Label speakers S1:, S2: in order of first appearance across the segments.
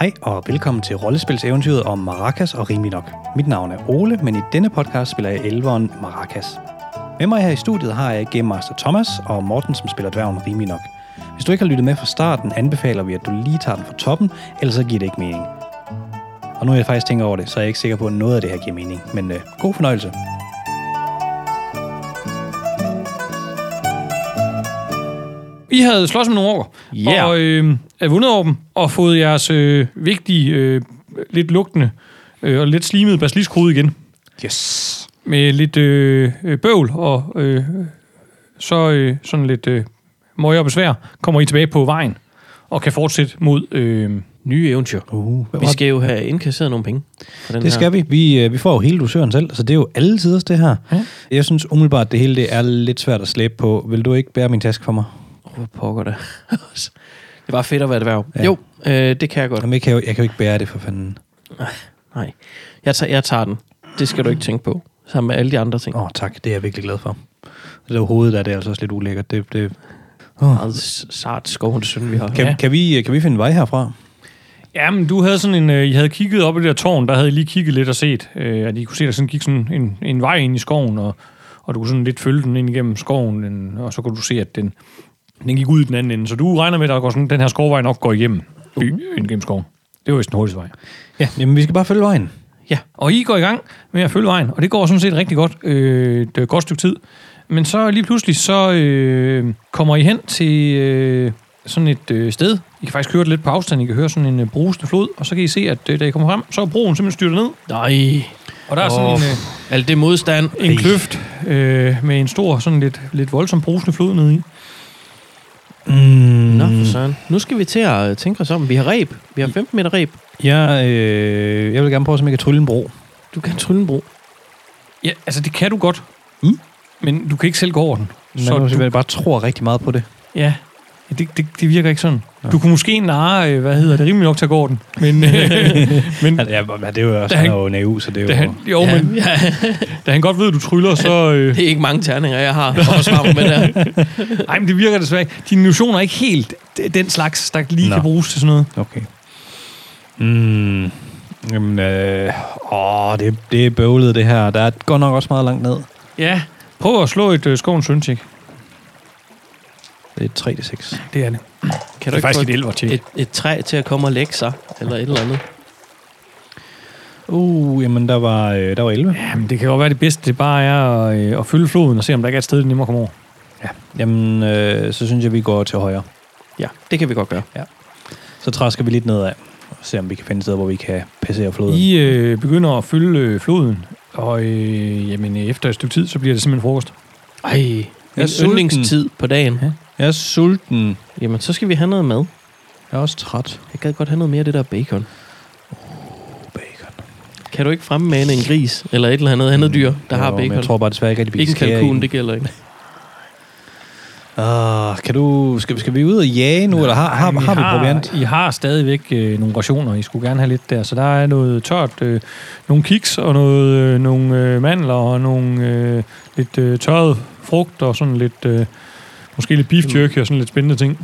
S1: Hej og velkommen til rollespilseventyret om Maracas og Rimelig Nok. Mit navn er Ole, men i denne podcast spiller jeg elveren Maracas. Med mig her i studiet har jeg Game Master Thomas og Morten, som spiller dværgen Rimelig Nok. Hvis du ikke har lyttet med fra starten, anbefaler vi, at du lige tager den fra toppen, ellers så giver det ikke mening. Og nu er jeg faktisk tænker over det, så er jeg ikke sikker på, at noget af det her giver mening. Men øh, god fornøjelse.
S2: I havde slås med nogle orker,
S3: Ja.
S2: og øh, er vundet over dem, og fået jeres øh, vigtige, øh, lidt lugtende øh, og lidt slimede basiliskrude igen.
S3: Yes.
S2: Med lidt øh, øh, bøvl og øh, så øh, sådan lidt øh, møje og besvær, kommer I tilbage på vejen og kan fortsætte mod... Øh,
S3: Nye eventyr.
S1: Uh,
S3: Vi skal jo have indkasseret nogle penge. For den
S1: det skal vi. Vi, øh, vi får jo hele dusøren selv, så det er jo alle tiders det her.
S2: Ja.
S1: Jeg synes umiddelbart, det hele det er lidt svært at slæbe på. Vil du ikke bære min taske for mig?
S3: Åh, Hvor pokker det? det var fedt at være dværg. Ja. Jo, øh, det kan jeg godt. Ah,
S1: Jamen, jeg kan, jo, jeg kan jo ikke bære det for fanden.
S3: Nej, jeg tager, jeg tager den. Det skal du ikke tænke på. Sammen med alle de andre ting.
S1: Åh, oh, tak. Det er jeg virkelig glad for. Det der hovedet der, det er altså også lidt ulækkert. Det, det... Oh.
S3: Meget s- sart skovhundsøn, vi har.
S1: Kan,
S2: Ja.
S1: ja. kan, vi, øh, kan vi finde vej herfra?
S2: Jamen, du havde sådan en... Øh, I havde kigget op i det der tårn, der havde I lige kigget lidt og set, øh, at I kunne se, der sådan gik sådan en, en vej ind i skoven, og, og du kunne sådan lidt følge den ind igennem skoven, den, og så kunne du se, at den, den gik ud i den anden ende. Så du regner med, at der går sådan, den her skovvej nok går igennem by, uh-huh. ind gennem skoven. Det var vist den hurtigste vej.
S1: Ja, jamen vi skal bare følge vejen.
S3: Ja,
S2: Og I går i gang med at følge vejen, og det går sådan set rigtig godt. Øh, det er et godt stykke tid. Men så lige pludselig, så øh, kommer I hen til øh, sådan et øh, sted. I kan faktisk høre det lidt på afstand. I kan høre sådan en øh, brusende flod, og så kan I se, at øh, da I kommer frem, så er broen simpelthen styrtet ned.
S3: nej.
S2: Og der er sådan
S3: Åh,
S2: en,
S3: Alt det modstand.
S2: øh, en kløft øh, med en stor, sådan lidt, lidt voldsom brusende flod nede i.
S1: Mm.
S3: Nå, for søren. Nu skal vi til at øh, tænke os om. Vi har reb. Vi har 15 meter reb.
S1: Jeg, øh, jeg vil gerne prøve, at se, om jeg kan trylle en bro.
S3: Du kan trylle en bro.
S2: Ja, altså det kan du godt.
S1: Mm.
S2: Men du kan ikke selv gå over den.
S1: Men så
S2: du,
S1: du... jeg bare tror rigtig meget på det.
S2: Ja, ja det, det, det virker ikke sådan. Ja. Du kunne måske narre, øh, hvad hedder det, rimelig nok til at gå over den. Men, øh, men
S1: Altså, Ja, men det er jo også
S2: han-
S1: han er jo naiv, så det er jo...
S2: da, han, jo,
S3: ja,
S2: men,
S3: ja,
S2: da han godt ved, at du tryller, så... Øh,
S3: det er ikke mange terninger, jeg har at forsvare mig med der.
S2: ej, men det virker desværre ikke. Dine illusioner er ikke helt d- den slags, der lige Nå.
S1: Nå.
S2: kan bruges til sådan noget.
S1: Okay. Mm. Jamen, øh, åh, det, det er bøvlet det her. Der er godt nok også meget langt ned.
S2: Ja, prøv at slå et øh, skovens søndtjek.
S1: Det er 3 6
S2: Det er det.
S3: Kan
S2: Det
S3: du
S2: er
S3: ikke
S2: faktisk et
S3: få
S2: elvertjek.
S3: et, et træ til at komme og lægge sig? Eller et eller andet?
S1: Uh, jamen, der var, øh, der var 11.
S2: Jamen, det kan jo være det bedste, det bare er at, øh, at følge floden og se, om der ikke er et sted, det er nemmere at komme over.
S1: Jamen, øh, så synes jeg, vi går til højre.
S3: Ja, det kan vi godt gøre.
S1: Så træsker vi lidt nedad og ser, om vi kan finde et sted, hvor vi kan passere floden. I...
S2: I øh, begynder at følge øh, floden, og øh, jamen, øh, efter et stykke tid, så bliver det simpelthen frokost.
S3: Ej,
S1: er
S3: min
S1: sulten.
S3: yndlingstid på dagen.
S1: Jeg er sulten.
S3: Jamen, så skal vi have noget mad.
S1: Jeg er også træt.
S3: Jeg gad godt have noget mere af det der bacon.
S1: Oh, Bacon.
S3: Kan du ikke fremmane en gris eller et eller andet andet dyr, der har
S1: Mm. Jo, men
S3: bacon?
S1: Jeg tror bare desværre ikke, at vi
S3: ikke en
S1: skære i
S3: kalkun,
S1: den.
S3: det gælder ikke.
S1: Ah, kan du, skal, skal vi ud og jage nu, eller har, har,
S2: Jamen, I
S1: har, vi proviant?
S2: I har stadigvæk øh, nogle rationer, I skulle gerne have lidt der. Så der er noget tørt, øh, nogle kiks og noget, øh, nogle øh, mandler og nogle øh, lidt øh, tørret frugt og sådan lidt, øh, måske lidt beef jerky og sådan lidt spændende ting.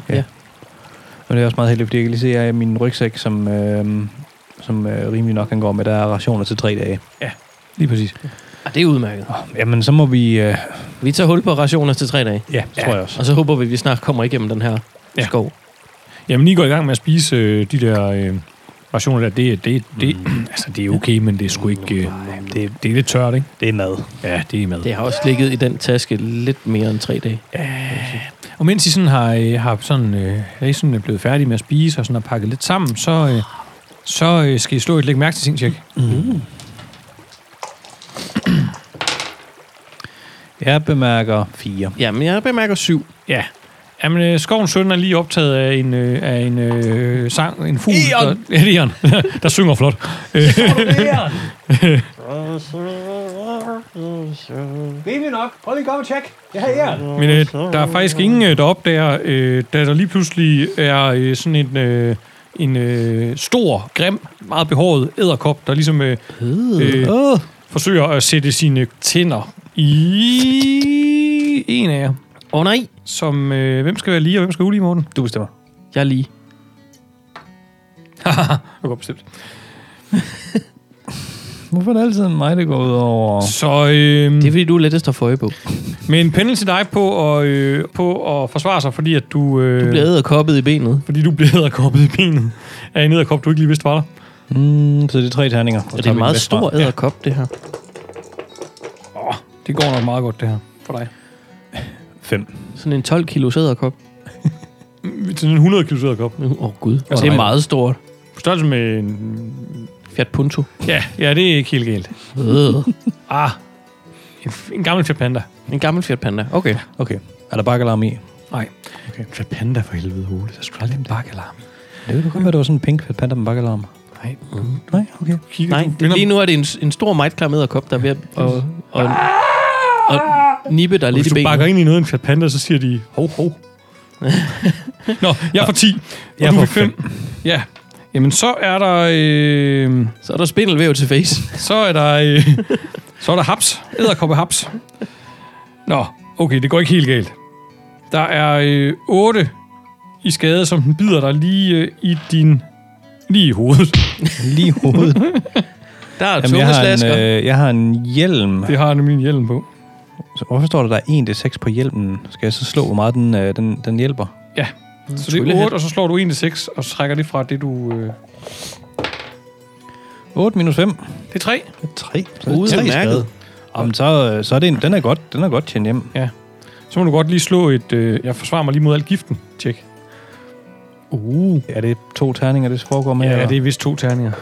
S1: Og det er også meget heldigt, fordi jeg kan lige se, at jeg i min rygsæk, som, øh, som øh, rimelig nok angår med, der er rationer til tre dage.
S2: Lige præcis.
S3: Ah, det er udmærket.
S1: Oh, jamen, så må vi... Øh,
S3: Vi tager hul på rationer til tre dage,
S1: ja, det tror jeg også.
S3: og så håber vi, at vi snart kommer igennem den her
S2: Ja.
S3: ja. skov.
S2: Jamen, I går i gang med at spise øh, de der øh, rationer der. Det, det, det, mm. altså, det er okay, men det er sgu ikke... Øh, det, det er lidt tørt, ikke?
S1: Det er mad.
S2: Ja, det er mad.
S3: Det har også ligget i den taske lidt mere end tre dage.
S2: Og mens I sådan har, øh, har sådan, øh, er I sådan øh, blevet færdige med at spise og sådan har pakket lidt sammen, så, øh, så øh, skal I slå et læg mærke til ting, tjek.
S1: Mm. Jeg bemærker fire.
S3: Jamen, jeg bemærker syv.
S2: Ja. Jamen, øh, Skovens Søn er lige optaget af en, øh, af en øh, sang, en fugl.
S3: Eon!
S2: Der, ja, det er Eon, der synger flot. Øh,
S1: Rimelig nok. Prøv lige at komme og tjek. Jeg har jer.
S2: Men øh, der er faktisk ingen, øh, der opdager, øh, da der lige pludselig er øh, sådan en, øh, en øh, stor, grim, meget behåret æderkop, der ligesom øh, øh,
S1: Åh,
S2: forsøger at sætte sine tænder i en af jer.
S3: Åh oh, nej,
S2: Som, øh, hvem skal være lige, og hvem skal ulige, Morten?
S1: du bestemmer.
S3: jeg er lige.
S2: var godt bestemt.
S1: Hvorfor er det altid mig, det går ud over?
S2: Så, øhm,
S1: Mm.
S3: Det er fordi, du er lettest at få øje på.
S2: med en pendel til dig på at, øh, på at forsvare sig, fordi at du... Øh,
S3: Du bliver æderkoppet i benet.
S2: fordi du bliver æderkoppet i benet af en æderkop, du ikke lige vidste var der.
S1: Mm, så det er tre terninger. Og
S3: Og det er en meget stor æderkop, det her.
S2: Det går nok meget godt, det her, for dig.
S1: Fem.
S3: Sådan en 12 kilos æderkop.
S2: Til en 100 kg æderkop.
S3: Åh, oh, gud.
S2: Og
S3: det
S2: nej.
S3: er meget stort.
S2: På størrelse med en...
S3: Fiat Punto.
S2: Ja, ja, det er ikke helt galt.
S3: Øh.
S2: Ah, en, en gammel Fiat Panda.
S3: En gammel Fiat Panda. Okay.
S1: Okay. Er der bakkelarm i?
S2: Nej. Okay. En Fiat Panda for helvede, Ole. Der skulle aldrig en bakkealarm.
S1: Det kunne godt være, det var sådan en pink panda med bakkelarm.
S2: Nej.
S1: Nej, okay.
S2: Kigger,
S3: Nej,
S2: du
S3: det,
S2: vender-
S3: lige nu er det en, en stor majtklam æderkop, der er ved at og, og, og nippe dig lidt
S2: Hvis
S3: i
S2: du bakker
S3: benet.
S2: ind i noget i en Fiat Panda, så siger de, hov, hov. Nå, jeg får 10, og
S1: Jeg
S2: du
S1: får
S2: fik 5. Ja, jamen så er der... Øh,
S3: Så er der spindelvæv til face.
S2: så er der... Øh, så er der haps. Æderkoppe haps. Nå, okay, det går ikke helt galt. Der er øh, 8 i skade, som den bider dig lige øh, i din... Lige i hovedet.
S1: Lige i hovedet.
S3: Der er
S1: Jamen, jeg, har
S3: tungeslasker.
S1: en, øh, jeg har en hjelm.
S2: Det har jeg nemlig en hjelm på.
S1: Så Hvorfor står der, der er 1d6 på hjelmen? Skal jeg så slå, hvor meget den, øh, den, den hjælper?
S2: Ja, så det er
S3: Tryllehat.
S2: 8, og så slår du 1 til 6, og så trækker det fra det, du... Øh,
S1: 8 minus 5.
S2: det er 3.
S1: 3. Så
S3: Ude
S1: er
S3: af
S1: det 3
S3: mærket.
S1: skade. Jamen, så, øh, så er det en, den er godt, den er godt tjent hjem.
S2: Så må du godt lige slå et... Øh, jeg forsvarer mig lige mod alt giften. Tjek.
S1: Uh. Er det to terninger, det foregår med?
S2: Ja,
S1: eller?
S2: det er vist to terninger.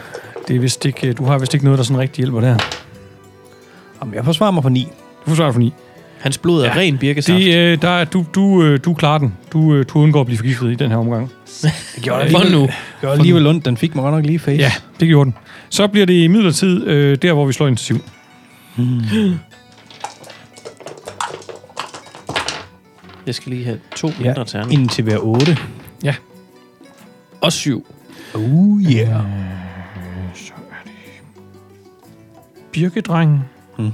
S2: Det er vist ikke, øh, du har vist ikke noget, der sådan rigtig hjælper der.
S1: Jamen, jeg forsvarer mig for 9.
S2: Du forsvarer for 9.
S3: Hans blod er
S2: Ja.
S3: ja. ren birkesaft.
S2: Det, øh, der, er- du, du, øh, du klarer den. Du, øh, du undgår at blive forgiftet i den her omgang.
S1: Det gjorde
S3: For nu.
S1: Det gjorde alligevel ondt. Den fik mig godt nok lige i face.
S2: Ja, det gjorde den. Så bliver det i midlertid øh, der, hvor vi slår intensiv.
S3: Jeg skal lige have to mindre ja.
S1: ja.
S3: terninger.
S1: Indtil hver 8.
S2: Ja.
S3: Og syv.
S1: Uh, yeah.
S2: Birkedrengen.
S1: Åh,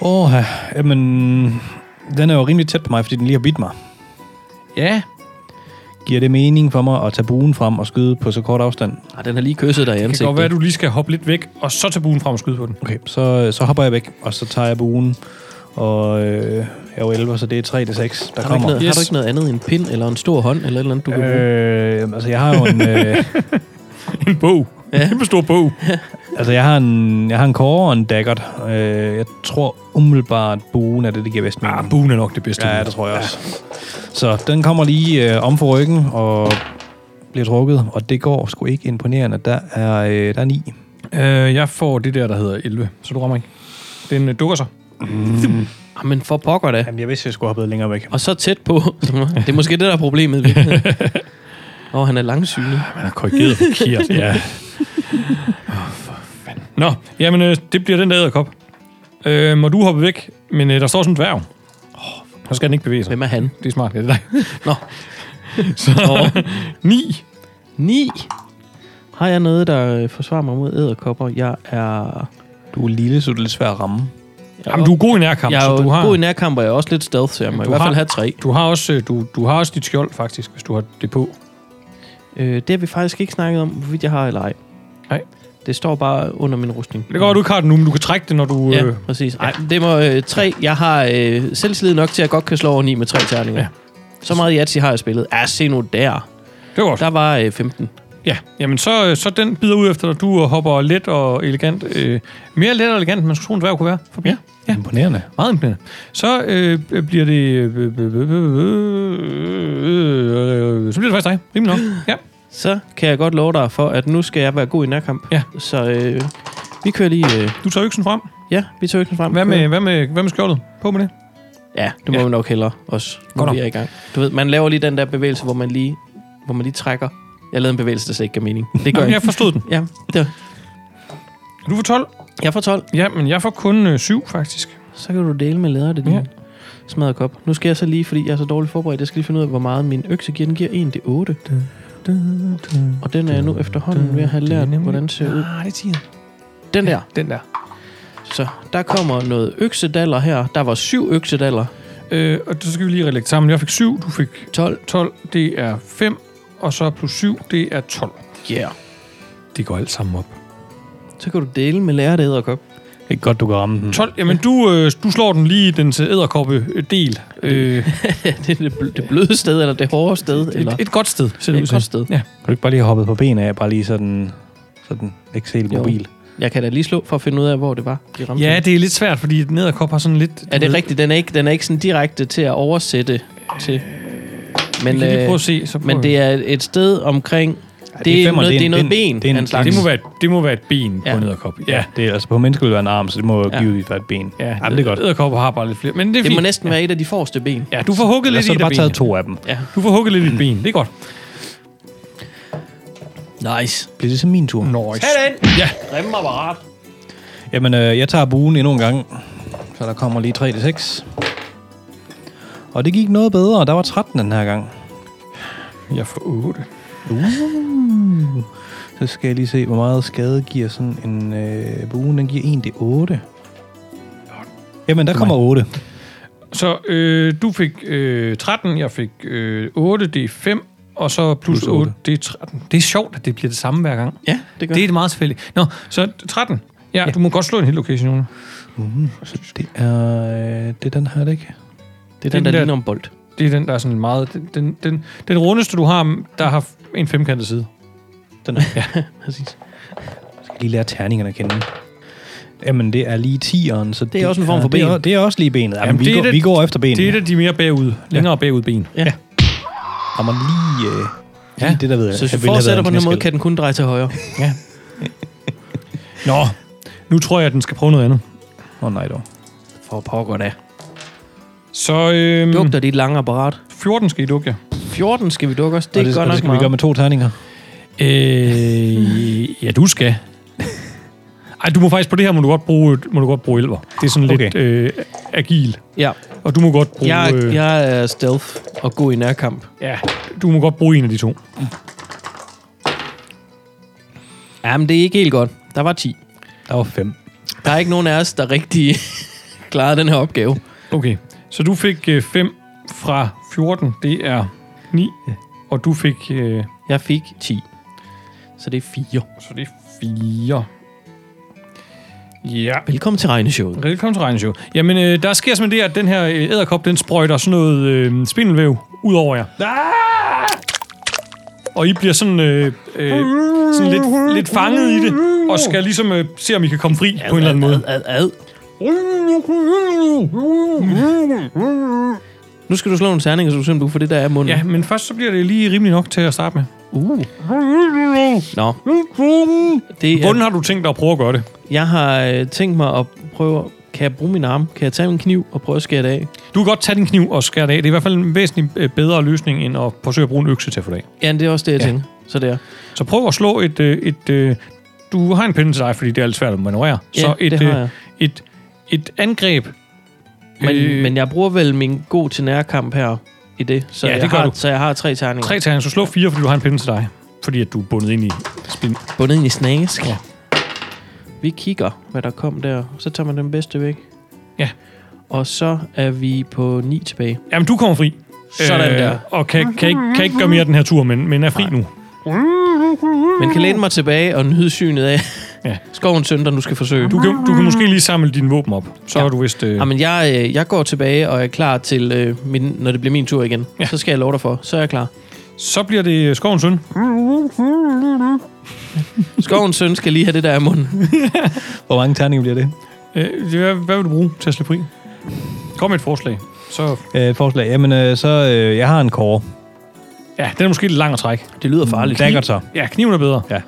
S1: oh, jamen... Den er jo rimelig tæt på mig, fordi den lige har bidt mig.
S2: Ja.
S1: Giver det mening for mig at tage buen frem og skyde på så kort afstand?
S3: Ah, den har lige kysset dig i
S2: Det
S3: ansigtet.
S2: kan godt være, at du lige skal hoppe lidt væk, og så tage buen frem og skyde på den.
S1: Okay, så, så hopper jeg væk, og så tager jeg buen. Og øh, jeg er jo 11, så det er 3 til 6, der
S3: har, du ikke
S1: kommer.
S3: noget, yes. har du
S2: Yes.
S3: ikke noget andet end en pind eller en stor hånd eller et eller andet, du kan bruge?
S1: Øh, jamen, altså, jeg har jo en, øh,
S2: En bog. Ja. En stor bog.
S1: altså, jeg har en, jeg har en kåre og en daggert. Øh, jeg tror umiddelbart, buen er det, der giver bedst mening.
S3: Mm.
S2: Ah, buen er nok det bedste.
S1: Ja, det tror jeg også. Så den kommer lige øh, om for ryggen og bliver trukket, og det går sgu ikke imponerende. Der er, øh, der er ni.
S2: Øh, jeg får det der, der hedder 11, så du rammer ikke. Den øh, dukker sig.
S3: Ah, men for pokker da.
S1: Jamen, jeg vidste, jeg skulle have hoppet længere væk.
S3: Og så tæt på. det er måske det, der er problemet. i virkeligheden. Åh, oh, han er langsynet.
S2: Man har korrigeret forkert, ja. Åh, for fanden. Nå, jamen, øh, det bliver den der æderkop. Øh, må du hoppe væk, men øh, der står sådan en dværg. Oh, så skal den ikke bevæge sig.
S3: Hvem er han?
S2: Det er smart, det er dig.
S3: Nå.
S2: Så, 9.
S3: 9. Har jeg noget, der øh, forsvarer mig mod æderkopper? Jeg er...
S1: Du er lille, så det er lidt svært at ramme.
S2: Jamen, du er god i nærkamp,
S3: jeg er
S2: så
S3: jo
S2: du har,
S3: god i nærkamp, og jeg er også lidt stealth, så jeg må i
S2: Du
S3: hvert
S2: har-
S3: fald have tre.
S2: du har også, øh, du, du har også dit skjold, faktisk, hvis du har det på.
S3: Øh, det har vi faktisk ikke snakket om, hvorvidt jeg har eller ej.
S2: Nej.
S3: Det står bare under min rustning.
S2: Det går, du ikke har det nu, men du kan trække det, når du...
S3: Ja,
S2: Øh,
S3: præcis. Ej, det må øh, tre. Jeg har øh, selvtillid nok til, at jeg godt kan slå over ni med tre terninger.
S2: Ja.
S3: Ja. Så meget Yatsi har jeg spillet. Ja, se nu der.
S2: det var godt.
S3: Der var øh, 15.
S2: Ja, jamen så, øh, så den bider ud efter dig. Du øh, hopper let og elegant. Øh, mere let og elegant, end man skulle tro, en dværg kunne være. Forbi. Ja. ja.
S1: Imponerende.
S2: Meget imponerende. Så øh, bliver det... øh, øh, øh, øh, øh, øh, Så bliver det faktisk dig. Rimelig nok. Ja.
S3: Så kan jeg godt love dig for, at nu skal jeg være god i nærkamp.
S2: Ja.
S3: Så øh, vi kører lige... Øh,
S2: Du tager øksen frem.
S3: ja, vi tager øksen frem.
S2: Hvad
S3: Kører.
S2: med, hvad med, hvad med skjoldet? På med det.
S3: Ja, det må
S2: Ja.
S3: ja. vi nok hellere også,
S2: Godt
S3: når vi
S2: nok.
S3: er i gang. Du ved, man laver lige den der bevægelse, hvor man lige, hvor man lige trækker. Jeg lavede en bevægelse, der slet ikke gav mening. Det gør
S2: Jamen,
S3: jeg.
S2: jeg forstod den.
S3: Ja, det.
S2: Du får 12.
S3: Jeg får 12.
S2: Ja, men jeg får kun øh, 7, faktisk.
S3: Så kan du dele med læder det din
S2: Ja.
S3: ja. smadret kop. Nu skal jeg så lige, fordi jeg er så dårligt forberedt, jeg skal lige finde ud af, hvor meget min økse giver. Den giver 1 til 8. Og den er jeg nu efterhånden ved at have
S2: Det er
S3: lært,
S2: nemlig-
S3: hvordan den ser ud.
S2: Ah, det siger
S3: Den der.
S2: Den der.
S3: Så der kommer noget øksedaller her. Der var syv øksedaller.
S2: Øh, og så skal vi lige relægge sammen. Jeg fik 7, du fik
S3: 12.
S2: 12. Det er 5. og så plus 7, det er 12.
S3: Yeah.
S2: Det går alt sammen op.
S3: Så kan du dele med lærte æderkop.
S1: Det er godt, du kan ramme den.
S2: 12, jamen du, øh, du slår den lige i den æderkoppe-del. Øh,
S3: det er det, bl- det bløde sted, eller det hårde sted, eller...
S2: et, et godt sted, ser
S3: Et
S2: det ud til.
S3: godt sted.
S2: Ja.
S1: Kan du ikke bare lige have hoppet på benene af, bare lige sådan, sådan ikke se helt
S3: Jo.
S1: mobil?
S3: Jeg kan da lige slå for at finde ud af, hvor det var, de ramte.
S2: ja,
S3: den.
S2: det er lidt svært, fordi den æderkop har sådan lidt...
S3: er det rigtigt? Den er, ikke, den er ikke sådan direkte til at oversætte til.
S2: Men,
S3: Men,
S2: vi kan lige prøve
S3: øh,
S2: at se. Så prøver
S3: men
S2: vi.
S3: det er et sted omkring... Ja, det, er
S1: femmer,
S3: noget,
S1: en-
S3: det er noget
S1: en-
S3: ben
S1: Det, er
S3: af
S1: en,
S3: en slags.
S2: det, må være, det må være et ben ja.
S3: Ja.
S2: på en æderkop. Ja,
S1: det er altså på mennesket vil være en arm, så det må
S3: Ja.
S1: ja. givetvis være et ben.
S2: ja
S1: Jamen, det er godt.
S2: Æderkopper har bare lidt flere. Men det er
S3: Det må
S2: fint.
S3: næsten være et af de forreste ben.
S2: Ja, du får hugget
S1: Ellers så
S2: lidt i
S1: har
S2: et
S1: du
S2: af
S1: bare taget
S2: benene.
S1: to af dem.
S3: Ja.
S2: Du får hugget lidt i et ben, det er godt.
S3: Nice.
S1: Bliver det så min tur?
S2: Nice. Ja,
S3: Grimme apparat.
S1: Jamen, øh, jeg tager buen endnu en gang. Så der kommer lige 3 til 6. Og det gik noget bedre. Der var 13 den her gang.
S2: jeg får 8.
S1: Så skal jeg lige se, hvor meget skade giver sådan en øh, buen. Den giver 1 til 8. Jamen, der kommer 8.
S2: Så øh, du fik øh, 13, jeg fik øh, 8, det er 5, og så plus,
S1: Plus
S2: 8.
S1: otte.
S2: det er 13. Det er sjovt, at det bliver det samme hver gang.
S3: Ja, det gør
S2: Det er meget tilfældigt. Nå, så 13. Ja, ja. du må godt slå en hit location, Jonas.
S1: Mm, så det er, øh, det er den her, er det ikke?
S3: det er den,
S2: den
S3: der,
S2: der-
S3: ligner om bold.
S2: Det er den, der er sådan meget... Den, den, den, den rundeste, du har, der har en femkantet side.
S1: Den er. ja.
S3: Præcis.
S1: Jeg skal lige lære terningerne at kende. Jamen, det er lige 10'eren, så
S3: er også en form for
S1: Det er,
S3: ben.
S1: o- det er også lige benet. Jamen,
S2: Jamen,
S1: Jamen vi,
S2: det er
S1: går,
S2: det-
S1: vi går efter benet.
S2: Det er et af de mere bagud, længere ja. bagud ben.
S3: Ja. ja.
S1: Kommer lige... Øh,
S2: Ja.
S1: lige Det der ved
S3: Så hvis
S1: jeg
S3: vi
S1: ville have været
S3: fortsætter
S1: en
S3: på den her måde,
S1: knæskade.
S3: kan den kun dreje til højre.
S2: Nå, nu tror jeg, at den skal prøve noget andet.
S1: Åh oh, nej dog.
S3: For pokker da.
S2: Så øhm,
S3: Dugter dit lange apparat.
S2: 14 skal I dukke, ja.
S3: 14 skal vi dukke os. Det
S1: og
S3: er
S1: det, og
S3: godt
S1: det
S3: nok
S1: skal vi gøre
S3: meget.
S1: med to terninger.
S2: Øh, ja, du skal. Ej, du må faktisk på det her, må du godt bruge, må du godt bruge elver. Det er sådan okay. lidt øh, agil.
S3: Ja.
S2: Og du må godt bruge...
S3: Jeg,
S2: øh,
S3: jeg er stealth og god i nærkamp.
S2: ja. Du må godt bruge en af de to.
S3: Jamen, det er ikke helt godt. Der var 10.
S1: Der var fem.
S3: Der er ikke nogen af os, der rigtig klarede den her opgave.
S2: Okay. Så du fik 5 fra 14. Det er 9. Ja. Og du fik... Øh,
S3: Jeg fik 10. Så det er 4.
S2: så det er 4. Ja.
S3: Velkommen til regneshowet.
S2: Velkommen til Regnshow. Jamen, øh, der sker simpelthen det, at den her øh, æderkop, den sprøjter sådan noget øh, spindelvæv ud over jer. Og I bliver sådan, øh, øh, sådan lidt, lidt fanget i det, og skal ligesom øh, se, om I kan komme fri på en eller anden måde.
S3: Ad, ad, ad. Nu skal du slå en terning, så du simpelthen får det, der er i munden. Uh.
S2: Ja, men først så bliver det lige rimelig nok til at starte med.
S3: Nå. Det
S2: Hvordan
S3: er,
S2: har du tænkt dig at prøve at gøre det?
S3: jeg har øh, tænkt mig at prøve... Kan jeg bruge min arm? Kan jeg tage min kniv og prøve at skære det af?
S2: Du kan godt tage din kniv og skære det af. Det er i hvert fald en væsentlig øh, bedre løsning, end at forsøge at bruge en økse til at få det af.
S3: Ja, det er også det, jeg
S2: Ja.
S3: ja. tænker. Så der.
S2: Så prøv at slå et... Øh, et øh, du har en pinde til dig, fordi det er lidt svært at manøvrere.
S3: Ja,
S2: så et, øh,
S3: det har jeg.
S2: et, et angreb...
S3: Men,
S2: øh,
S3: øh. men jeg bruger vel min god til nærkamp her i det. Så,
S2: Ja,
S3: jeg,
S2: det gør
S3: har,
S2: du.
S3: så jeg har tre terninger.
S2: Tre terninger, så slå fire, fordi du har en pinde til dig. Fordi at du er bundet ind i spin.
S3: bundet ind i snask.
S2: Ja.
S3: Ja. Vi kigger, hvad der kom der. Så tager man den bedste væk.
S2: Ja.
S3: Og så er vi på 9 tilbage.
S2: Jamen, du kommer fri. Øh,
S3: Sådan der.
S2: Og kan, kan, ikke, kan ikke gøre mere den her tur, men, men er fri Nej. nu.
S3: Men kan læne mig tilbage og nyde synet af
S2: Ja.
S3: ja. skovens sønder, nu skal forsøge.
S2: Du kan, du kan måske lige samle dine våben op. Så ja.
S3: Ja.
S2: har du vist... Øh,
S3: Jamen, jeg, øh, jeg går tilbage og er klar til, øh, min, når det bliver min tur igen.
S2: Ja.
S3: Ja. Så skal jeg love dig for. Så er jeg klar.
S2: så bliver det øh, skovens søn.
S3: Skovens søn skal lige have det der i munden.
S1: Hvor mange terninger bliver det?
S2: Øh, hvad, hvad vil du bruge til at slippe fri? Kom med et forslag. Så,
S1: Øh, forslag. Jamen, øh, så øh, jeg har en kåre.
S2: ja, den er måske lidt lang at trække.
S3: Det lyder farligt.
S1: Dagger så.
S2: Ja, kniven er bedre.
S1: Ja.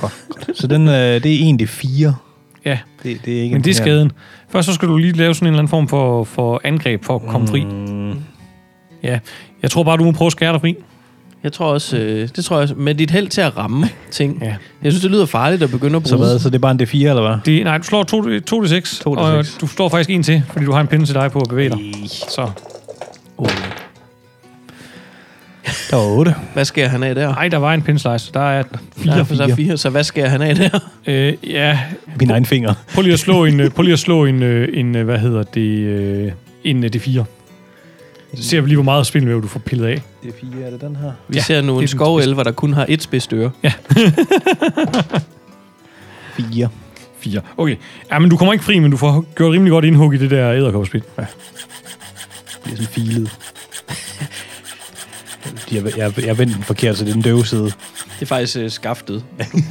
S1: Godt. Så den, øh, det er egentlig fire.
S2: Ja,
S1: Det, det er ikke
S2: men det
S1: imponerende.
S2: er skaden. Først så skal du lige lave sådan en eller anden form for, for angreb for at komme fri.
S1: Mm,
S2: Ja, jeg tror bare, du må prøve at skære dig fri.
S3: Jeg tror også, øh, det tror jeg også, med dit held til at ramme ting.
S2: Ja.
S3: Ja. Jeg synes, det lyder farligt at begynde at bruge.
S1: så hvad? Så det er bare en D4, eller hvad?
S2: Det, nej, du slår 2-6,
S1: To til
S2: og
S1: seks.
S2: du slår faktisk en til, fordi du har en pinde til dig på at bevæge dig. Så,
S1: Der var otte.
S3: Hvad skal han af der?
S2: nej, der var en pinde slice. Der er
S3: Der er,
S2: fire.
S3: der er fire, så hvad skal han af der?
S2: Øh, ja,
S1: Min egen finger.
S2: prøv lige at slå en, øh, prøv lige at slå en, øh, en øh, hvad hedder det, øh, en øh, D4. Så ser vi lige, hvor meget spindelvæv du får pillet af.
S1: Det er fire, er det den her?
S3: Vi
S2: Ja,
S3: ja, ser nu
S2: det er
S3: en
S2: den
S3: skovelver, der kun har et spidst øre.
S1: Fire.
S2: Fire. Okay. Ja, men du kommer ikke fri, men du får gjort rimelig godt indhug i det der æderkopspil. Ja.
S1: Det bliver sådan filet. Jeg, jeg, jeg vendte den forkert, så det er den døve side.
S3: Det er faktisk øh, skaftet.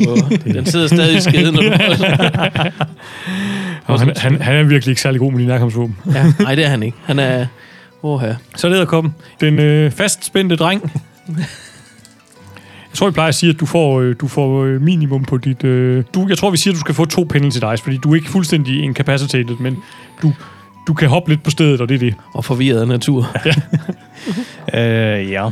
S3: Og den sidder stadig i skeden, når du
S2: Og han, han, han, er virkelig ikke særlig god med de nærkampsvåben.
S3: ja, Nej, det er han ikke. Han er... Åha.
S2: Så er det æderkoppen. Den øh, fastspændte dreng. Jeg tror, vi plejer at sige, at du får, øh, du får øh, minimum på dit... Øh, du, jeg tror, vi siger, at du skal få to penalty dice, fordi du er ikke fuldstændig incapacitated, men du, du kan hoppe lidt på stedet, og det er det.
S3: Og forvirret af natur.
S1: Øh, ja.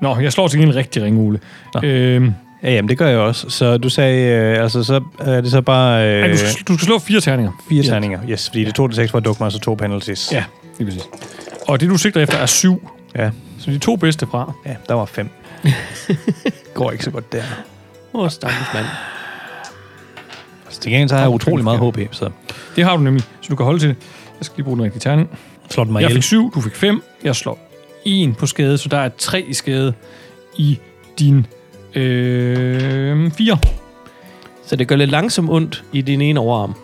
S2: Nå, jeg slår til en rigtig ringe, Ole. Øhm,
S1: ja. Jamen, det gør jeg også. Så du sagde, øh, altså, så er det så bare øh,
S2: ej, du, skal, du skal slå fire terninger.
S1: fire terninger. Yes, fordi det tog det seks for at dukke mig, så to penalties.
S2: Ja, lige præcis. Og det, du sigter efter, er syv.
S1: Ja,
S2: Så de to bedste fra.
S1: ja der var fem. Går ikke så godt der.
S3: Åh, stakkels mand.
S1: Så Altså, til gengæld så har jeg utrolig meget HP, så
S2: Det har du nemlig, så du kan holde til det. Jeg skal lige bruge den rigtige terning.
S1: slår den mig
S2: Jeg
S1: ihjel.
S2: fik syv, du fik fem. Jeg slår en på skade, så der er tre i skade i din øh, fire.
S3: Så det gør lidt langsomt ondt i din ene overarm.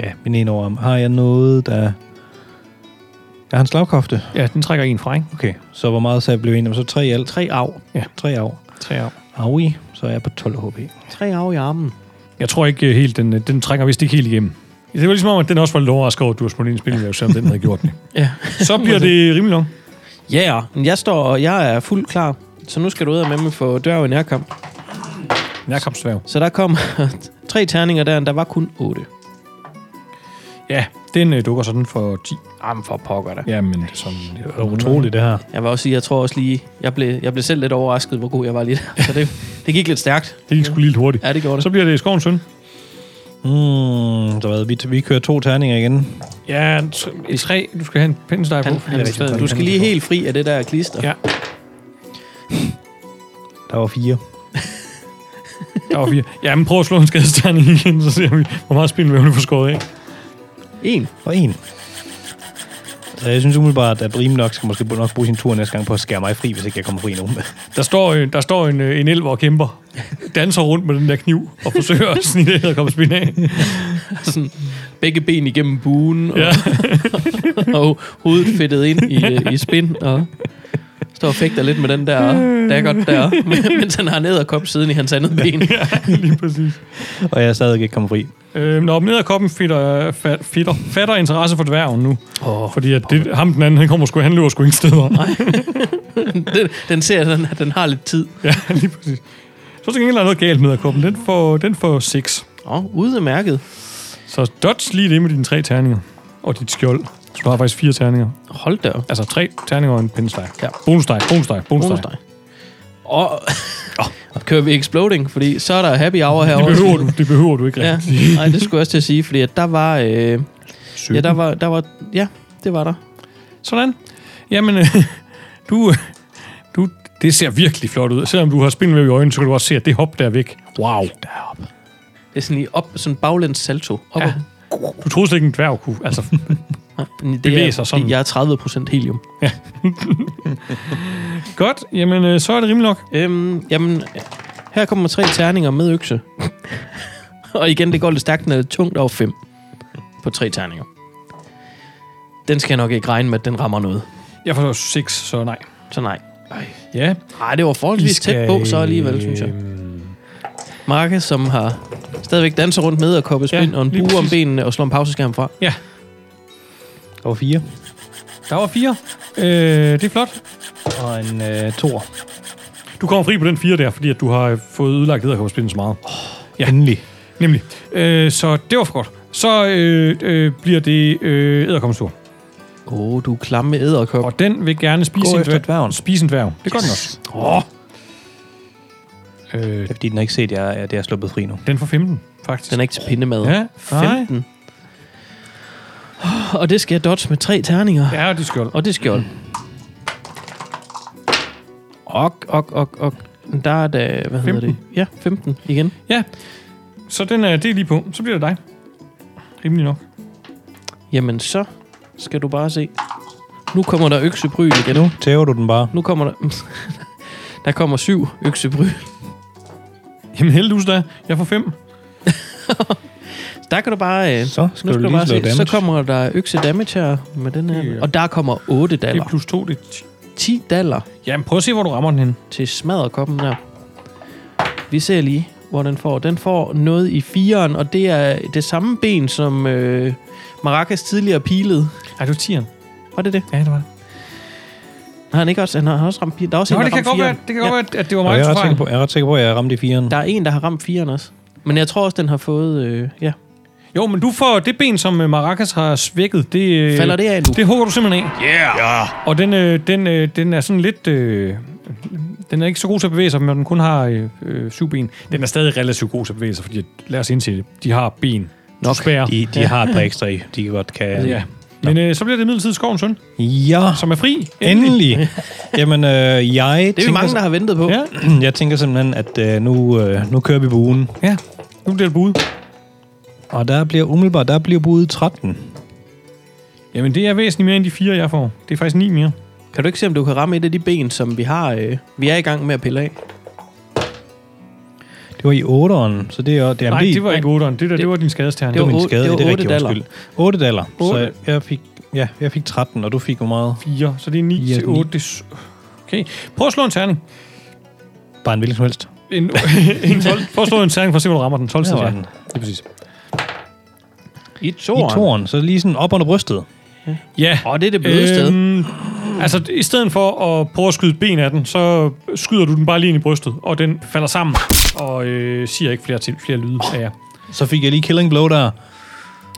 S1: Ja, min ene overarm. Har jeg noget, der... Jeg har en slagkofte.
S2: Ja, den trækker en fra, ikke?
S1: Okay, så hvor meget så jeg blev enig om? Så tre i alt.
S3: Tre arv.
S1: Ja, tre af.
S2: Tre af.
S1: Aui, så er jeg på 12 HP.
S3: Tre arv i armen.
S2: Jeg tror ikke øh, helt, den, øh, den trænger vist ikke helt igennem. Det var ligesom om, at den også var lidt overrasket over, at du har smuttet en spil, selvom den havde gjort det.
S3: Ja.
S2: Så bliver det rimelig langt.
S3: Ja, yeah. men jeg står, og jeg er fuldt klar. Så nu skal du ud og med mig for dør i nærkamp.
S2: Nærkampsværv.
S3: Så der kom tre terninger der, der var kun otte.
S2: Ja, den øh, dukker sådan for 10.
S3: Jamen for pokker da.
S2: Ja, men det er sådan... Det
S1: Det er utroligt, det her.
S3: Jeg vil også sige, jeg tror også lige, jeg blev, jeg blev selv lidt overrasket, hvor god jeg var lige der. Så det, det gik lidt stærkt.
S2: Det gik sgu lige lidt hurtigt.
S3: Ja, det gjorde det.
S2: Så bliver det skovens søn.
S1: Mm, så hvad, vi, vi kører to terninger igen.
S2: Ja, t- et tre. Du skal have en pindsdej på.
S3: Han,
S2: fordi
S3: han,
S2: det er
S3: han, du skal lige helt fri af det der klister.
S2: Ja.
S1: Der var fire.
S2: Der var fire. Ja, men prøv at slå en skadesterning igen, så ser vi, hvor meget spindelvæv du får skåret af.
S3: En.
S1: Og en. Så jeg synes umiddelbart, at Brim nok skal måske nok bruge sin tur næste gang på at skære mig fri, hvis ikke jeg kommer fri nu.
S2: Der står, øh, der står en, øh, en elver og kæmper, danser rundt med den der kniv, og forsøger at snitte og komme spin af.
S3: Sådan, begge ben igennem buen, og,
S2: Ja.
S3: ja. og hovedet fedtet ind i, øh, i spin, og står og fægter lidt med den der daggert der, mens han har en æderkop siden i hans andet ben.
S2: ja, lige præcis.
S1: og jeg er stadig ikke kommet fri.
S2: Øh, når nederkoppen fitter, fat, fitter, fatter interesse for dværgen nu,
S3: Oh,
S2: fordi at det, ham den anden, han kommer sgu, han løber sgu ingen steder. Nej.
S3: den, den ser, at den, at den har lidt tid.
S2: Ja, lige præcis. Så til gengæld er der noget galt med nederkoppen. Den får, den får 6.
S3: Åh, oh, udemærket.
S2: Så dodge lige det med dine tre terninger. Og dit skjold. Så du har faktisk fire terninger.
S3: Hold da. op.
S2: Altså tre terninger og en pindsteg.
S3: Ja.
S2: Bonusdej, bonusdej, bonusdej.
S3: Bonusdej. Og oh, kører vi exploding, fordi så er der happy hour
S2: Det
S3: herovre.
S2: behøver du, det behøver du ikke
S3: Ja,
S2: rigtigt.
S3: nej, det skulle jeg også til at sige, fordi at der var... Øh,
S2: Ja.
S3: ja, der var, der var... Ja, det var der.
S2: Sådan. Jamen, øh, du, øh, du, det ser virkelig flot ud. Selvom du har spindelvæv i øjnene, så kan du også se, at det hop der er væk. Wow.
S3: Det er sådan lige op, sådan baglæns salto. Op
S2: Ja.
S3: ja.
S2: Du troede slet ikke, en dværg kunne. Altså,
S3: Det
S2: Bevæge
S3: er,
S2: sig sådan.
S3: fordi Jeg er 30% helium.
S2: godt. Jamen, øh, så er det rimelig nok.
S3: Øhm, jamen, her kommer tre terninger med økse. og igen, det går lidt stærkt, den er lidt tungt over fem på tre terninger. Den skal jeg nok ikke regne med, at den rammer noget.
S2: Jeg får 6, så nej.
S3: Så nej.
S2: Ja. Øh,
S3: Nej, det var forholdsvis tæt på, så alligevel, synes jeg. Marke, som har stadigvæk danser rundt med og koppet
S2: Ja,
S3: spind ja, og en
S2: lige
S3: bue om
S2: præcis.
S3: benene og slår en pauseskærm fra.
S2: Ja,
S1: Der var fire.
S2: der var 4. Øh, det er flot.
S1: Og en øh, toer.
S2: Du kommer fri på den 4 der, fordi at du har øh, fået ødelagt lederkopspillen så meget. Ja.
S1: Ja. Endelig.
S2: Nemlig. Øh, så det var for godt. Så øh, øh, bliver det øh, æderkommestor.
S3: Åh, oh, du er klamme æderkop.
S2: Og den vil gerne spise
S1: Gå
S2: en
S1: efter
S2: dværg.
S1: dværgen.
S2: Spise en dværg. Det gør den også.
S1: Åh.
S2: Øh,
S1: Det er Øh, fordi, den har ikke set, at jeg, at jeg er sluppet fri nu.
S2: den får 15, faktisk.
S3: Den er ikke til pindemad.
S2: Ja, nej.
S3: 15. Og det skal jeg dodge med tre terninger.
S2: Ja, og de skjold.
S3: Og det skjold. Ok, ok, ok, ok. Der er da, hvad 15. hedder det? Ja, 15 igen.
S2: Ja, så den er, det er lige på. Så bliver det dig. Rimelig nok.
S3: Jamen så skal du bare se. Nu kommer der øksebryl igen.
S1: Nu tæver du den bare.
S3: Nu kommer der... der kommer syv øksebryl.
S2: Jamen heldigvis da. Jeg får fem.
S3: Der kan du bare... Øh,
S1: Så skal
S3: nu
S1: du
S3: skal du
S1: lige
S3: bare
S1: slå
S3: se. Så
S1: damage.
S3: kommer der økse damage her med den her.
S2: Ja.
S3: Og der kommer 8
S2: Det
S3: daller.
S2: er plus to, det er ti.
S3: 10 daller
S2: Jamen prøv at se, hvor du rammer den hen.
S3: til smadderkoppen der. Vi ser lige, hvor den får. Den får noget i fireren, og det er det samme ben, som øh, Maracas tidligere pilede.
S2: Ej, det var tieren.
S3: Var det det?
S2: Ja, det var det.
S3: Har han ikke også, han har også ramt piren? Der er også
S2: Nå,
S3: en, der
S2: det kan
S3: har
S2: godt
S3: ramt
S2: være,
S3: fireren.
S2: det kan godt være, at det var
S1: Og
S2: mig,
S1: jeg er,
S2: der
S1: ret sikker
S2: fejl.
S1: på, jeg er ret sikker på, at jeg ramte i firen.
S3: Der er en, der har ramt firen også. Men jeg tror også, den har fået... Øh, ja.
S2: Jo, men du får det ben, som øh, Maracas har svækket, det... øh,
S3: Falder det af nu?
S2: Det hugger du simpelthen af. Yeah! Ja. Og den, øh, den, øh, den er sådan lidt... Øh, den er ikke så god til at bevæge sig, men den kun har øh, øh, syv ben. Den er stadig relativt god til at bevæge sig, fordi lad os indse det. De har ben.
S3: Nok.
S2: Nok. Spærer.
S1: De, de har et par ekstra i. De kan godt kan...
S2: Ja. Men øh, så bliver det midlertidigt skovens søn,
S1: ja.
S2: som er fri.
S1: Endelig. Jamen, øh, jeg,
S3: Det er vi
S1: tænker,
S3: mange, der har ventet på.
S2: Ja.
S1: jeg tænker simpelthen, at øh, nu, øh, nu kører vi buen.
S2: ja. Nu bliver det bud.
S1: Og der bliver umiddelbart, der bliver budet 13.
S2: Jamen, det er væsentligt mere end de fire, jeg får. Det er faktisk ni mere.
S3: Kan du ikke se, om du kan ramme et af de ben, som vi har, øh, vi er i gang med at pille af?
S1: Det var i 8'eren, så det er... Det er
S2: Nej,
S1: det,
S2: det var ikke otteren. Det der, det var din skadestjerne.
S1: det var
S3: det var
S1: min
S3: otte-
S1: skade.
S3: det var
S1: er
S3: otte
S1: rigtigt,
S3: daller.
S1: undskyld. 8 daller. Så
S2: Otte.
S1: jeg fik, ja, jeg fik 13, og du fik hvor meget?
S2: fire, så det er 9
S1: Ja,
S2: til
S1: ni.
S2: 8. Okay, prøv at slå en terning.
S1: Bare en hvilken som helst.
S2: En, en 12. Prøv at slå en terning for at se, hvor du rammer den. 12
S1: Der var
S2: ja,
S1: den.
S2: Det er præcis.
S3: I
S1: I
S3: toren.
S1: toren, så lige sådan op under brystet.
S2: Ja.
S3: Og det er det bløde sted.
S2: Øhm, altså, i stedet for at prøve at skyde ben af den, så skyder du den bare lige ind i brystet, og den falder sammen og øh, siger ikke flere, til, flere lyde af jer.
S1: Så fik jeg lige killing blow der.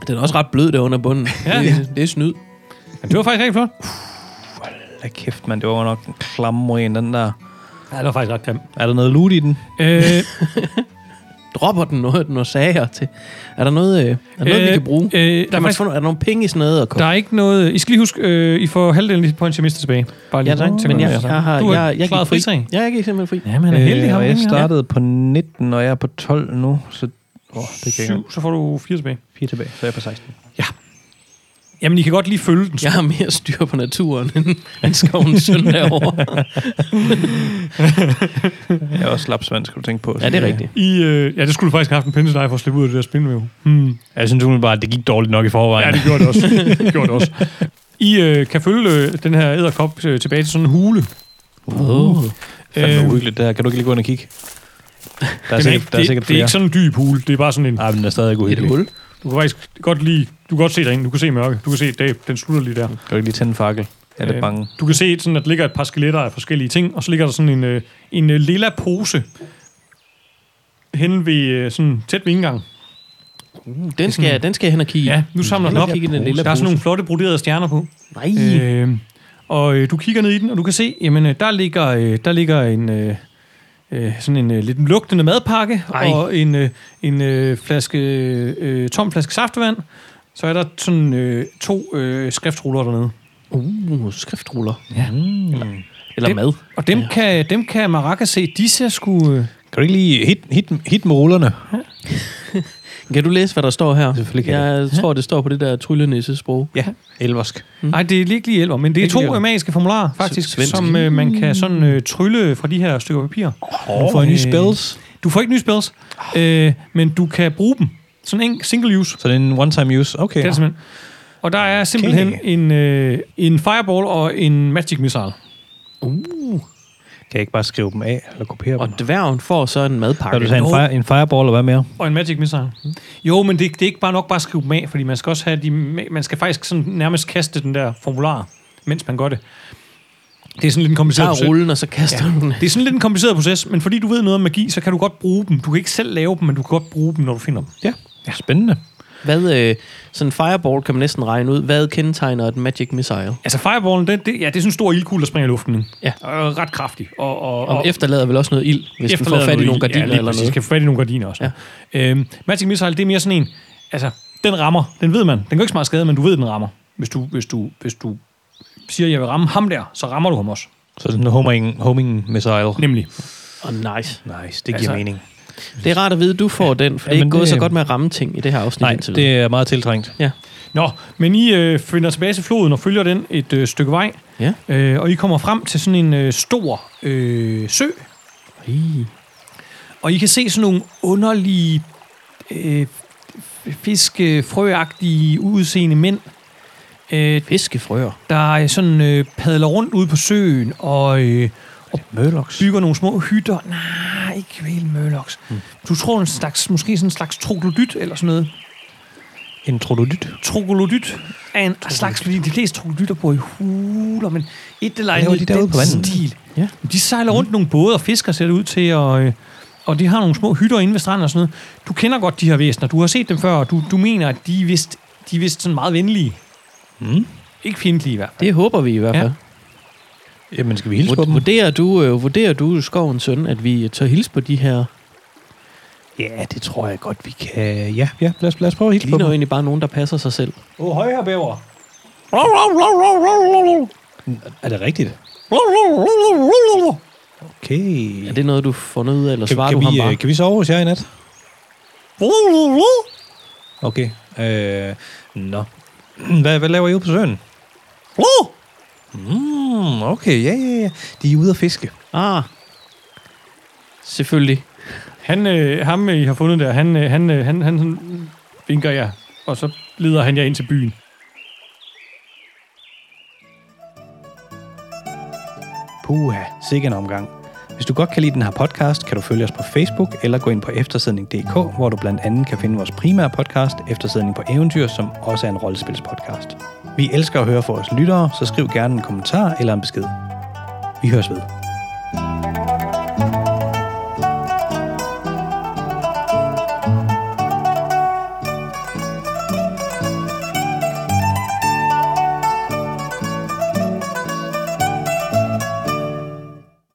S3: Den er også ret blød der under bunden.
S2: Ja.
S3: det, det er snyd.
S2: Men det var faktisk rigtig flot.
S1: Da kæft, mand, det var nok en klamme en, den der.
S2: Ja, det var faktisk ret grimt.
S1: Er der noget loot i den?
S2: Øh,
S3: Dropper den noget, den sager til? Er der noget, øh, er der noget øh, vi kan bruge?
S2: Øh, der,
S3: Der
S2: er
S3: er,
S2: faktisk,
S3: få, er der nogle penge i sådan noget at komme?
S2: der er ikke noget... I skal lige huske, øh, I får halvdelen af de points, jeg mister tilbage. Bare lige
S3: Ja, der,
S2: til
S3: men jeg,
S2: at-
S3: jeg, har,
S2: altså. du
S3: jeg, jeg
S2: klaret
S3: gik fri.
S2: fritræning.
S3: Ja, jeg gik simpelthen fri.
S2: Ja, men han er heldig, ham,
S1: Øh, og jeg
S2: ikke?
S1: startede på 19, og jeg er på 12 nu, så... Åh, oh, det kan jeg
S2: Syv, så får du fire tilbage.
S1: 4 tilbage, så er jeg på 16.
S2: Jamen, I kan godt lige følge den.
S3: Jeg har mere styr på naturen, end, end skovens søn derovre.
S1: Jeg er også lapsvand, skal du tænke på.
S3: ja, det er rigtigt.
S2: I, øh, ja, det skulle du faktisk have haft en pinde til dig for at slippe ud af det der spinvæv. Hmm.
S1: Jeg synes umiddelbart, at det gik dårligt nok i forvejen.
S2: Ja, det gjorde det også. det gjorde det også. I øh, kan følge øh, den her æderkop øh, tilbage til sådan en hule.
S3: Oh.
S1: Fandme
S2: Øh,
S1: uhyggeligt, det her. Kan du ikke lige gå ind og kigge? Der Øhm. er,
S2: Den er
S1: sikkert,
S2: ikke,
S1: der er
S2: Altså, det,
S1: sikkert
S2: det er
S1: flere.
S2: ikke sådan en dyb hule. Det er bare sådan en...
S1: Nej, men den er stadig
S3: Et
S1: uhyggelig.
S3: hul.
S2: Du kan faktisk godt lige... Du kan godt se derinde. Du kan se mørke. Du kan se, det, den slutter lige der.
S1: Kan du ikke lige tænde en fakkel? Jeg er lidt
S2: Øh,
S1: bange.
S2: Du kan se, sådan, at der ligger et par skeletter af forskellige ting, og så ligger der sådan en, øh, en øh, lilla pose hen ved øh, sådan tæt ved indgangen.
S3: Den skal, jeg, den skal jeg hen og kigge i.
S2: Ja, nu samler den
S3: Jeg
S2: op.
S3: kigger i den lilla
S2: Der er
S3: pose.
S2: sådan nogle flotte broderede stjerner på.
S3: Nej.
S2: Øh, og øh, du kigger ned i den, og du kan se, jamen øh, der ligger, øh, der ligger en... Øh, øh, sådan en øh, lidt lugtende madpakke
S3: Ej.
S2: og en, øh, en øh, flaske, øh, tom flaske saftevand. Så er der sådan øh, to øh, skriftruller dernede.
S3: Uh, skriftruller.
S1: Mm.
S3: Eller
S2: Øh. Det-
S3: mad.
S2: Og dem, ja. kan, dem kan Maracas se, de ser sgu... Øh,
S1: Kan du ikke lige hit, hit, hit med rullerne?
S3: Kan du læse, hvad der står her?
S1: Selvfølgelig kan
S3: jeg tror, det står på det der tryllenisse-sprog.
S1: Ja, elversk.
S3: Mm.
S2: Nej, det er ikke lige elver, men det er
S1: Ikke lige
S2: to
S1: elver.
S2: magiske formularer, faktisk,
S3: svensk. Mm.
S2: som øh, man kan sådan øh, trylle fra de her stykker papir.
S1: Oh, får jeg nye
S2: øh,
S1: spells.
S2: Du får ikke nye spells, øh, men du kan bruge dem. Sådan en single use.
S1: Så det er en one-time use. Okay.
S2: Det er det simpelthen. Og der er simpelthen
S1: Okay.
S2: en, øh, en fireball og en magic missile.
S1: Kan jeg ikke bare skrive dem af eller kopiere
S3: Og
S1: dem?
S3: dværgen får så en madpakke.
S1: Kan du tage en,
S3: Nå,
S1: fire, en fireball og hvad mere?
S2: Og en magic missile. Jo, men det, det er ikke bare nok bare at skrive dem af, fordi man skal også have de, ma- man skal faktisk sådan nærmest kaste den der formular, mens man gør det. Det er sådan lidt en kompliceret
S3: Tager
S2: proces.
S3: rullen, og så kaster ja. den.
S2: Det er sådan lidt en kompliceret proces, men fordi du ved noget om magi, så kan du godt bruge dem. Du kan ikke selv lave dem, men du kan godt bruge dem, når du finder dem.
S1: Ja. ja. Spændende.
S3: Hvad, øh, sådan en fireball kan man næsten regne ud. Hvad kendetegner et magic missile?
S2: Altså fireballen, det, det, ja, det er sådan en stor ildkugle, der springer i luften. ikke?
S3: Ja.
S2: Og ret kraftig. Og, og,
S3: Og efterlader vel også noget ild, hvis den får
S2: efterlader
S3: fat i
S2: noget
S3: nogle
S2: ild.
S3: gardiner
S2: lige
S3: eller
S2: præcis.
S3: noget.
S2: Kan få fat i nogle gardiner også. Ja. Øhm, Magic Missile, det er mere sådan en... Altså, den rammer. Den ved man. Den gør ikke så meget skade, men du ved, den rammer. Hvis du, hvis du, hvis du siger, jeg vil ramme ham der, så rammer du ham også.
S1: Så sådan en homing, homing missile.
S2: Nemlig.
S3: Oh, nice.
S1: Nice, det giver
S2: Altså-
S1: mening.
S3: Det er rart at vide, at du får den, for det er
S1: Jamen,
S3: ikke gået
S1: det-
S3: så godt med at ramme ting i det her afsnit
S1: Nej,
S3: indtil videre.
S1: det er meget tiltrængt.
S3: Ja.
S2: Nå, men I øh, finder tilbage til floden og følger den et øh, stykke vej.
S3: Ja.
S2: Øh, og I kommer frem til sådan en øh, stor øh, sø. Og I kan se sådan nogle underlige øh, fiskefrøagtige udseende mænd, øh,
S3: Fiskefrøer.
S2: der øh, sådan øh, padler rundt ude på søen og øh,
S1: Murlocs.
S2: bygger nogle små hytter. Nej, ikke helt mørloks.
S1: Hmm.
S2: Mm. Du tror en slags, måske sådan en slags troglodyt eller sådan noget.
S1: En troglodyt.
S2: troglodyt af en slags, fordi de fleste troglodytter bor i huler, men et eller andet
S1: Laver de
S2: i
S1: derude
S2: den
S1: på vandet? Hmm.
S2: stil.
S3: Ja.
S2: De sejler rundt nogle både og fisker, ser det ud til, og, øh, og de har nogle små hytter inde ved stranden og sådan noget. Du kender godt de her væsener, du har set dem før, og du, du mener, at de er vist, de er vist sådan meget venlige.
S1: Mm.
S2: Ikke fjendtlige i hvert fald.
S3: Det håber vi i hvert
S2: Ja.
S3: fald.
S1: Jamen, skal vi hilse på
S3: Vur-
S1: dem?
S3: Vurderer du, øh, vurderer du, skovens søn, at vi tør hilse på de her?
S1: Ja, det tror jeg godt, vi kan. Ja, ja lad, os, lad os prøve at
S3: De
S1: hilse på
S3: ligner jo
S1: dem.
S3: egentlig bare nogen, der passer sig selv.
S2: Åh, oh, højre bæver.
S1: Er det rigtigt? Okay.
S3: Er det noget, du har fundet ud af, eller
S1: kan,
S3: svarer
S1: kan,
S3: du ham
S1: vi,
S3: bare?
S1: øh, kan vi sove hos jer i nat? Okay. Øh, nå. Hvad, hvad laver I ude på søen? Mm, okay, ja, ja, ja. De er ude at fiske.
S3: Ah, selvfølgelig.
S2: Han, øh, ham øh, I har fundet der, han, øh, han, øh, han, han sådan vinker jer, og så leder han jer ind til byen.
S1: Puha, sikke en omgang. Hvis du godt kan lide den her podcast, kan du følge os på Facebook eller gå ind på eftersidning.dk, hvor du blandt andet kan finde vores primære podcast, Eftersidning på Eventyr, som også er en rollespilspodcast. Vi elsker at høre fra vores lyttere, så skriv gerne en kommentar eller en besked. Vi høres ved.